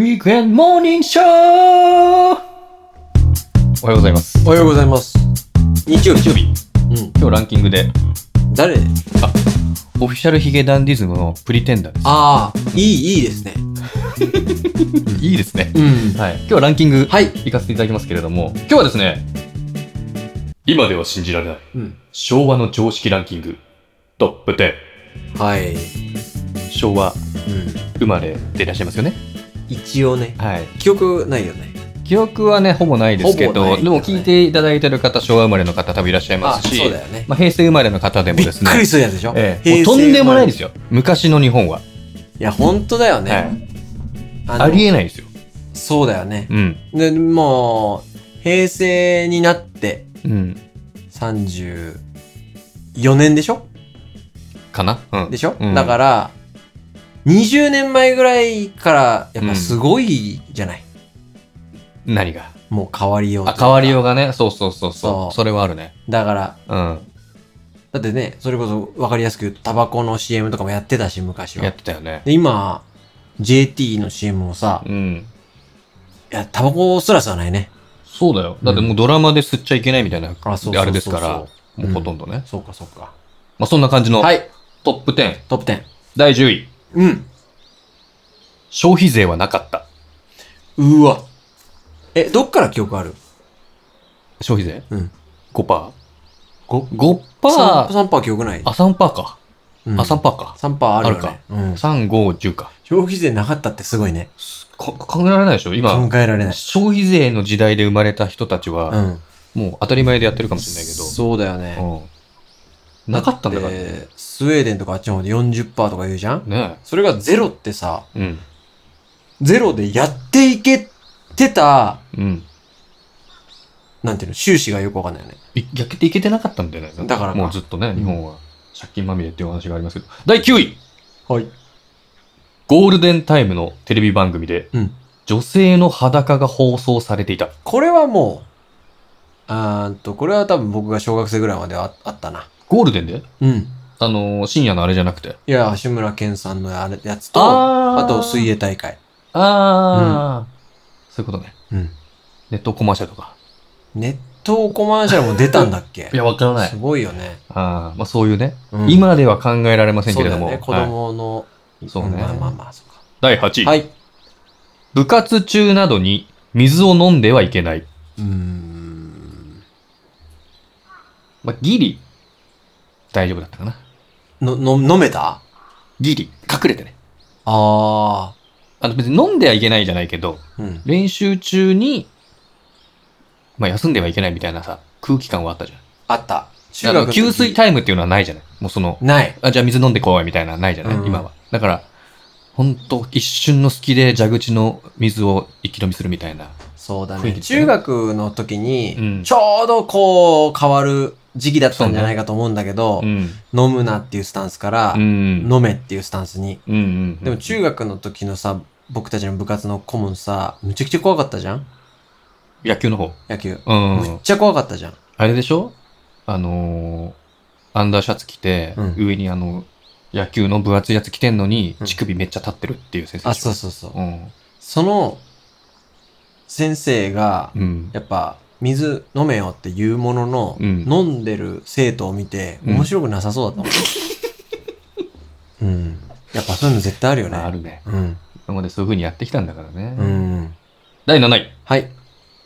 Weekend Morning Show! おはようございます。おはようございます。日曜日。日曜日、うん。今日ランキングで、誰オフィシャルヒゲダンディズムのプリテンダーです。ああ、いい、いいですね。いいですね。うん。はい。今日ランキング、はい。いかせていただきますけれども、今日はですね、今では信じられない、うん。昭和の常識ランキング、トップ10。はい。うん。昭和生まれでいらっしゃいますよね。一応ね。はい。記憶ないよね。記憶はね、ほぼないですけほぼど、ないでも聞いていただいてる方、昭和生まれの方多分いらっしゃいまあすし、そうだよね。まあ、平成生まれの方でもびっですね、くりするやつでしょ。ええ、もうとんでもないですすよ。昔の日本は。いや、ほんとだよはねい。あのありえないですよ。そうだよね。うん。で、もう、平成になってうん。 34年でしょかなうん。でしょうんだから、20年前ぐらいから、やっぱすごいじゃない何が。もう変わりようとあ、いうか変わりようがね。そうそうそう。そそううそれはあるね。だから、うん。だってね、それこそ分かりやすく言うと、タバコの CM とかもやってたし、昔やはっ。てたよね。で、今、JT の CM もさ、うん。いや、タバコすら吸わないね。そうだよ。だってもうドラマで吸っちゃいけないみたいな、あそうそうそうそうであれですから、うもうんほとんどね。そうか、そうか。まあそんな感じのはい、トップ10、トップ10。第10位。うん。消費税はなかった。うわ。え、どっから記憶ある消費税うん。 ?5%。 5? 5%? 3%, あ、 3記憶ない。 3%か。うん、あ、3%か。 3%あるよ、ね、あるかうん。 3、5、10か。消費税なかったってすごいね。か考えられないでしょ今。考えられない。消費税の時代で生まれた人たちうは、ん。もう当たり前でやってるかもしれないけそうだよね。ど、うん、なかったんだからっね。てスウェーデンとかあっちの方で40%とか言うじゃんねそれがゼロってさ、えうん。ゼロでやっていけてた、うん。なんていうの、収支がよくわかんないよね。いやけていけてなかったんだよね。だからかもうずっとね、日本は借金まみれっていうお話がありますけど。第9位はい。ゴールデンタイムのテレビ番組で、うん女性の裸が放送されていた。これはもう、あーっと、これは多分僕が小学生ぐらいまではああったな。ゴールデンでうん。あのー深夜のあれじゃなくて。いや、橋村健さんのあれやつと、ああと水泳。泳大会。ああ、そういうことね。うん。ネットコマーシャルとか。熱湯コマーシャルも出たんだっけ いや、わからないす。ごいよね。あーまあ、そういうね、うん今では考えられませんそけうれだどよも。ね。子はい供の、そうねまあまあまあ、そうか。第8位、はい。部活中などに水を飲んではいけない。うーん。まあ、ギリ、大丈夫だったかな。の、の、飲めたギリ、隠れてね。ああの別に飲んではいけないじゃないけど、ー。うん。練習中に、まあ、休んではいけないみたいなさ、空気感はあったじゃん。あった。あのの時給水タイムっていうのはないじゃない。もうその、ない。あ、じゃあ水飲んでこいみたいなのないじゃない、うん今は。だから、ほんと、一瞬の隙で蛇口の水を一気飲みするみたいな。そうだ雰囲ね。気ですね中学の時うんに、ちょうどこう変わる時期だったんじゃないかと思うんだけど、うん。飲むなっていうスタンスから、うん。飲めっていうスタンスに。うんうん。でも中学の時のさ、僕たちの部活の顧問さ、むちゃくちゃ怖かったじゃん野球の方。野球。うむっん。ちゃ怖かったじゃん。あれでしょあのー、アンダーシャツ着て、うん上にあの、野球の分厚いやつ着てんのに、うん乳首めっちゃ立ってるっていう先生あ、でしょそうそうそう。うん。その、先生が、うん。やっぱ、水飲めよって言うものの、うん飲んでる生徒を見て、うん面白くなさそうだったもん。うん。やっぱそういうの絶対あるよね。あるね。うん。今までそういう風にやってきたんだからね。うん。第7位。はい。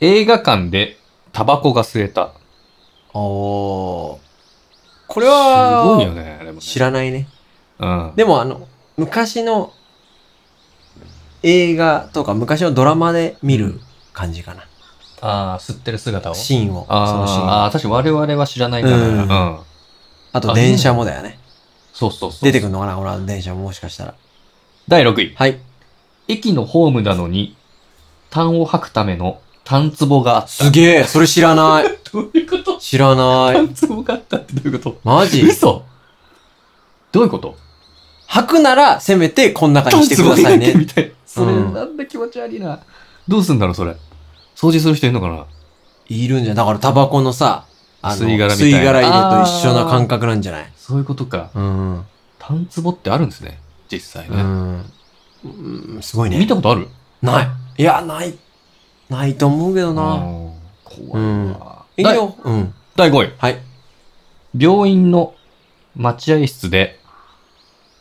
映画館でタバコが吸えた。おー。ここれは、すごいよね。でもね知らないね。うん。でもあの、昔の映画とか昔のドラマで見る感じかな。ああ、吸ってる姿を。シーンを。そのシーあーンをあー、確かに我々は知らないから。うんうん。あと電車もだよね。そうそうそう。出てくるのかなほら、電車ももしかしたら。第6位。はい。駅のホームなのに、痰を吐くための痰壺があった。すげえそれ知らないどういうこと知らない 痰壺があったってどういうことマジ嘘どういうこと吐くなら、せめてこんな感じしてください痰壺入れてね。みたい。 それ、うんなんだ気持ち悪いな。どうすんだろう、それ。掃除する人いるのかないるんじゃん。だからタバコのさ、あの、吸い殻みたい吸いな殻入れと一緒な感覚なんじゃないそういうことか。うん。痰壺ってあるんですね。実際うね。ん。うんすごいね。見たことあるない。いや、ない。ないと思うけどな。怖いわ。いい第よ。うん。第5位。はい。病院の待合室で、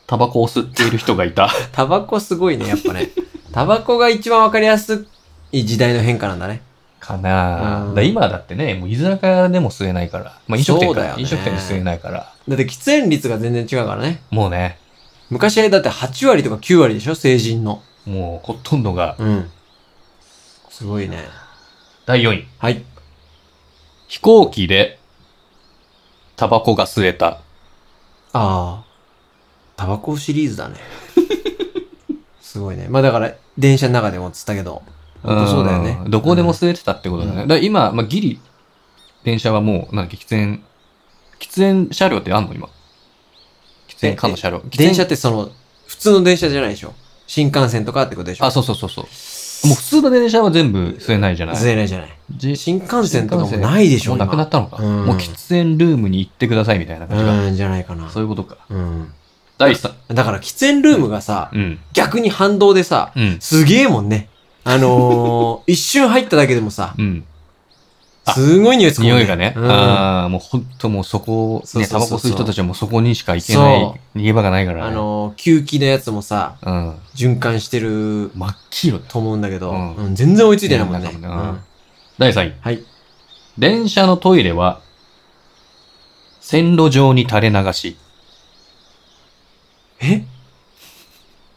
タバコを吸っている人がいた。タバコすごいね、やっぱね。 タバコが一番わかりやすい時代の変化なんだね。かなうんぁ。だ今だってね、もう居酒屋でも吸えないから。まあ飲食店そうだかよ、ね飲食店で吸えないから。だって喫煙率が全然違うからね。もうね、昔はだって8割とか9割でしょ成人の。もうほとんどが。うん。すごいね。第4位。はい。飛行機で、タバコが吸えた。ああ。タバコシリーズだね。 すごいね。まあだから、電車の中でもっつったけど。本当そうだよね。んどこでも吸えてたってことだね。うだから今、まあ、ギリ、電車はもう、なんだっけ、喫煙、喫煙車両ってあんの今。喫煙かの車両。喫煙電車ってその、普通の電車じゃないでしょ。新幹線とかってことでしょ。あ、そうそうそうそう。もう普通の電車は全部吸えないじゃない。吸えないじゃない。じ新幹線とかもないでしょ。もうなくなっったのか。うんもう喫煙ルームに行ってくださいみたいな感じが。うん、じゃないかな。そういうことか。うん。第3。だから、喫煙ルームがさ、うん。逆に反動でさ、うん。すげえもんね。あの ー、一瞬入っただけでもさ、うん。あすごい匂いつくもん匂いがね。うんあああ、もうほんともうそこ、そうね、タそうそバコうそう吸う人たちはもうそこにしか行けそない、逃げ場がないからね。のー、吸気のやつもさ、うん。循環してる真っ黄色だ。と思うんだけど、うんうん全然追いついてないもんね。うんうん第3位。はい。電車のトイレは、線路上に垂れ流し。え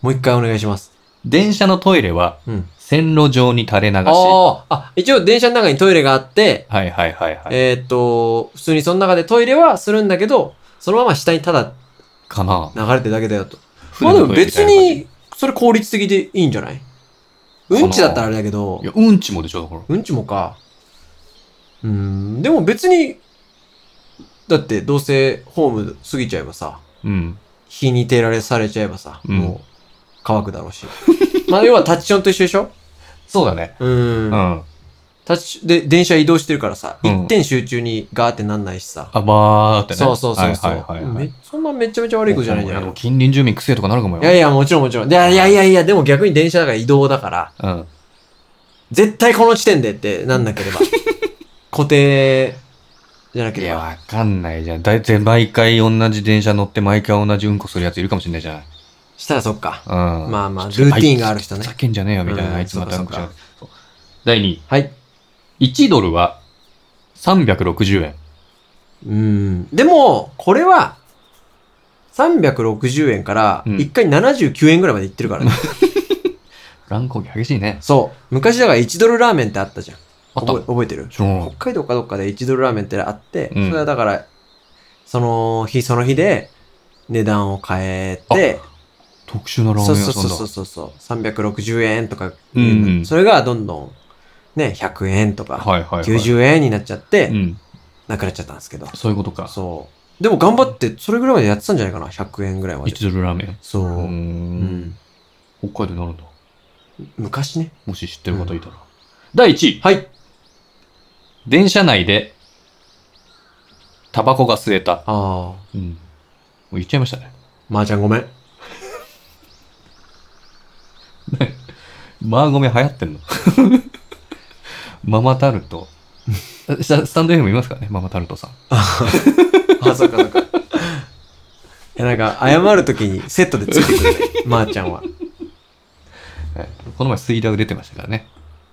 もう一回お願いします。電車のトイレは、うん。線路上に垂れ流し。はああ、あ、一応電車の中にトイレがあって、いはいはいはい。えーっと、普通にその中でトイレはするんだけど、そのまま下にただかな流れてるだけだよと。船まあのでトもイレみ別たいな感じに、それ効率的でいいんじゃないうんちだったらあれだけどい、や、うんちもでしょ、だから。うんちもか。うーん、でも別に、だってどうせホーム過ぎちゃえばさ、うん。日に照られされちゃえばさ、うんもう乾くだろうし。 まあ要はタッチションと一緒でしょそうだね。うー。うんん。あ、タッチ、で、電車移動してるからさ、うん一点集中にガーってなんないしさ。ばーってね。そうそうそうそう、はいはいはい、はいめ。そんなめちゃめちゃ悪いことじゃないんじゃないでのも近隣住民癖とかなるかもよ。いやいや、もちろんもちろん。でいやいやいやいや、でも逆に電車だから移動だから、うん。絶対この地点でってなんな ければ。固定じゃないけれや、ば。わかんないじゃん。だいたい毎回同じ電車乗って毎回同じうんこするやついるかもしれないじゃない。したらそっか。うん。まあまあ、ルーティーンがある人ねふ。ざけんじゃねえよみたいな、うんあいつまたそうんうこかしそうなかそう第2はい。位。1ドルは360円。うん。でも、これは、360円から、うん1回79円ぐらいまでいってるか らね。乱高下激しいね。そう。昔だから1ドルラーメンってあったじゃん。あった覚え覚えてるちょ北海道かどっかで1ドルラーメンってあって、うんそれはだから、その日その日で値段を変えて、特殊なラーメンそう屋さんそだ。うそうそうそう、360円とか、うんうんそれがどんどん、ね、100円とか、はいはい、はい。 90円になっちゃって、うん。なくなっちゃったんですけど。そういうことか。そう。でも頑張って、それぐらいまでやってたんじゃないかな、100円ぐらいまで。 1ドルラーメン。そうー。う。うんん。北海道になるんだ。昔ね。もし知ってる方いたら。第1位。はい。電車内で、タバコが吸えた。ああ、うん。もう言っちゃいましたね。まー、ちゃんごめん。マーゴメ流行ってんのママタル ト。スタスタンド F もいますからね、ママタルトさん。あ、そっかそっか。 いや、なんか、謝るときにセットでついてくる ね、まー、ちゃんは。はいこの前、水ダウ出てましたからね。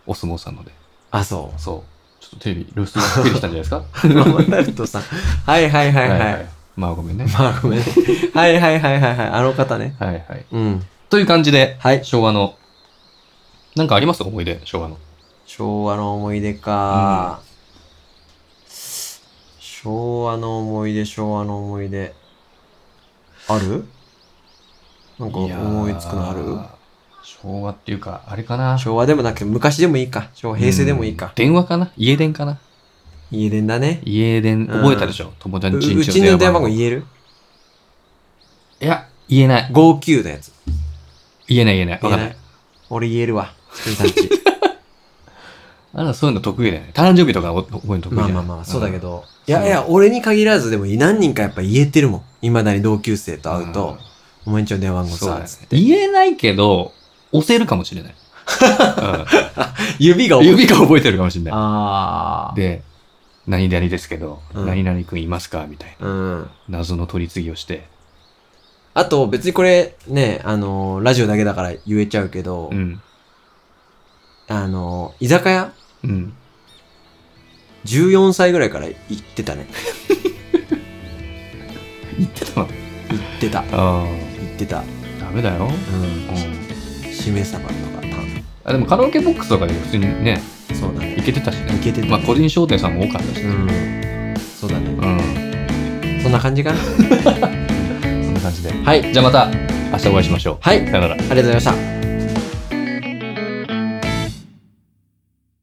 お相撲さんので。あ、そそう。ちょっとテレビ、露出がびっくりしたんじゃない ですかう。ママタルトさん。はいはいはいはい。マーゴメね。まあごめんね。はいはいはいはいはい。あの方ね。はいはい。うん。という感じで、はい。昭和の、なんかあります思い出、昭和の。昭和の思い出か、昭和の思い出、昭和の思い出。あるなんか思いつくのあいやるー昭和っていうか、あれかな。昭和でもなくて昔でもいいか。昭和、平成でもいいうんか。電話かな家電かな家電だね。家電、覚えたでしょ友達のううちんちちのの電電話話番番号号。い言えるや、言えない。 ?59 のやつ。言えない言えない。わかんない。俺言えるわ。つくさん ちあら、そういうの得意だよね。誕生日とかお覚えるの得意じまゃあんまあまあ、そうだけ。ど。ういやいや、俺に限らずでも何人かやっぱ言えてるもん。未だに同級生と会うと、お前んちの電話うん、番号そうださね、つって。 言えないけど、押せるかもしれない。指がうん、指が覚えてるかもしれない。ああ。で、何々ですけど、うん何々くんいますかみたいな。うん。謎の取り次ぎをして。あと、別にこれ、ね、あのーラジオだけだから言えちゃうけど、うん。あのー居酒屋うん。 ?14 歳ぐらいから行って たね。言ってたの行ってた。行あってた。あ、ダメだよ。うんう。ん。しめ鯖とかパン。あでもカラオケボックスとかで普通にね、そうだね行。けてたしね。行けてたねまあ個人商店さんも多かったしうね。ん。そうだね。うん。そんな感じかな。そんな感じで。はい。じゃあまた明日お会いしましょう。はい。ありさよなら。がとうございました。